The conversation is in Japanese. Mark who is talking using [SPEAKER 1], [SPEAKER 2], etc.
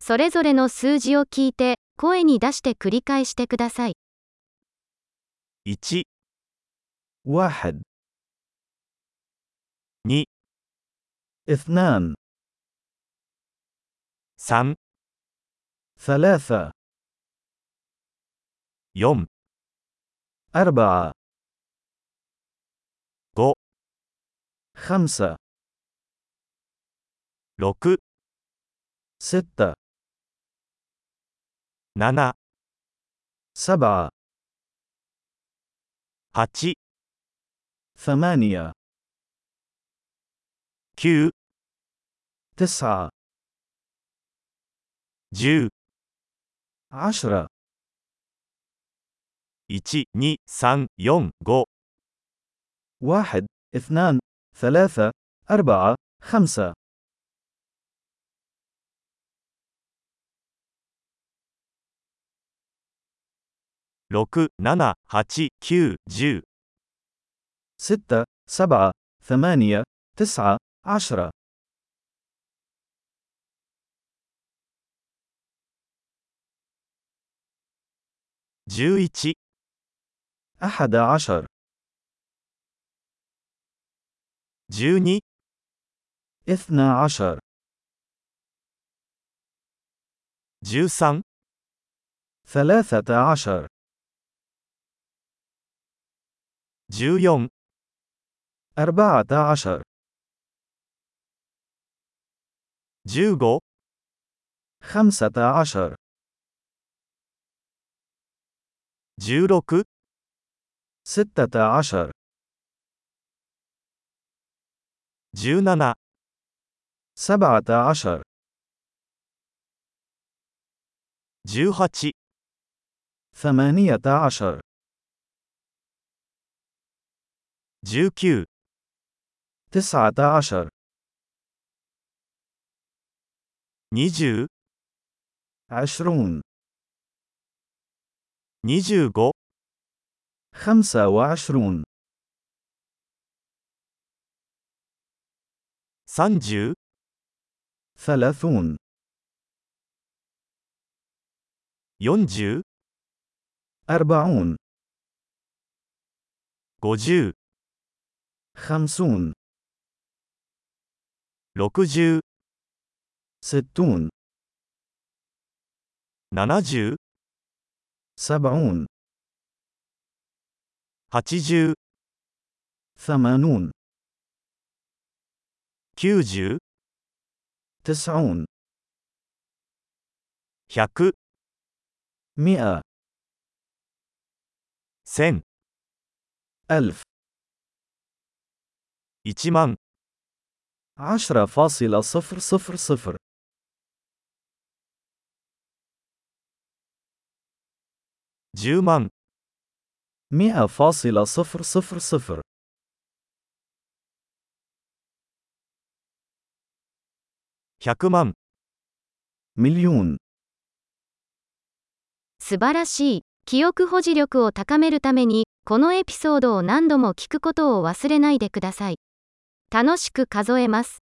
[SPEAKER 1] それぞれの数字を聞いて、声に出して繰り返してください。
[SPEAKER 2] 1
[SPEAKER 3] واحد
[SPEAKER 2] 2
[SPEAKER 3] اثنان
[SPEAKER 2] 3
[SPEAKER 3] ثلاثة
[SPEAKER 2] 4
[SPEAKER 3] أربعة
[SPEAKER 2] قو.
[SPEAKER 3] خمسة
[SPEAKER 2] 6
[SPEAKER 3] ستة
[SPEAKER 2] 7
[SPEAKER 3] سبعة
[SPEAKER 2] 8
[SPEAKER 3] ثمانية
[SPEAKER 2] 9
[SPEAKER 3] تسعة
[SPEAKER 2] 10
[SPEAKER 3] عشرة
[SPEAKER 2] 1 2 3 4 5
[SPEAKER 3] واحد اثنان ثلاثة أربعة خمسة
[SPEAKER 2] 6 7 8 9 10
[SPEAKER 3] ستة سبعة ثمانية تسعة عشرة
[SPEAKER 2] 11
[SPEAKER 3] أحد عشر
[SPEAKER 2] 12
[SPEAKER 3] اثنا عشر
[SPEAKER 2] 13
[SPEAKER 3] ثلاثة عشر
[SPEAKER 2] 14
[SPEAKER 3] أربعة عشر
[SPEAKER 2] 15
[SPEAKER 3] خمسة عشر
[SPEAKER 2] 16
[SPEAKER 3] ستة عشر
[SPEAKER 2] 17
[SPEAKER 3] سبعة عشر
[SPEAKER 2] 18
[SPEAKER 3] ثمانية عشر
[SPEAKER 2] 19
[SPEAKER 3] تسعة عشر
[SPEAKER 2] 20
[SPEAKER 3] عشرون
[SPEAKER 2] 25
[SPEAKER 3] خمسة وعشرون
[SPEAKER 2] 30
[SPEAKER 3] ثلاثون
[SPEAKER 2] 40
[SPEAKER 3] أربعون
[SPEAKER 2] 50
[SPEAKER 3] خمسون
[SPEAKER 2] 60
[SPEAKER 3] ستون
[SPEAKER 2] 70
[SPEAKER 3] سبعون
[SPEAKER 2] 80
[SPEAKER 3] ثمانون
[SPEAKER 2] 90
[SPEAKER 3] تسعون
[SPEAKER 2] 100
[SPEAKER 3] مئة
[SPEAKER 2] 1000
[SPEAKER 3] ألف
[SPEAKER 2] 1万
[SPEAKER 3] عشرة فاصلة صفر صفر صفر
[SPEAKER 2] 10万
[SPEAKER 3] مئة فاصلة صفر صفر صفر
[SPEAKER 2] 100万
[SPEAKER 3] مليون
[SPEAKER 1] 素晴らしい。記憶保持力を高めるために、このエピソードを何度も聞くことを忘れないでください。楽しく数えます。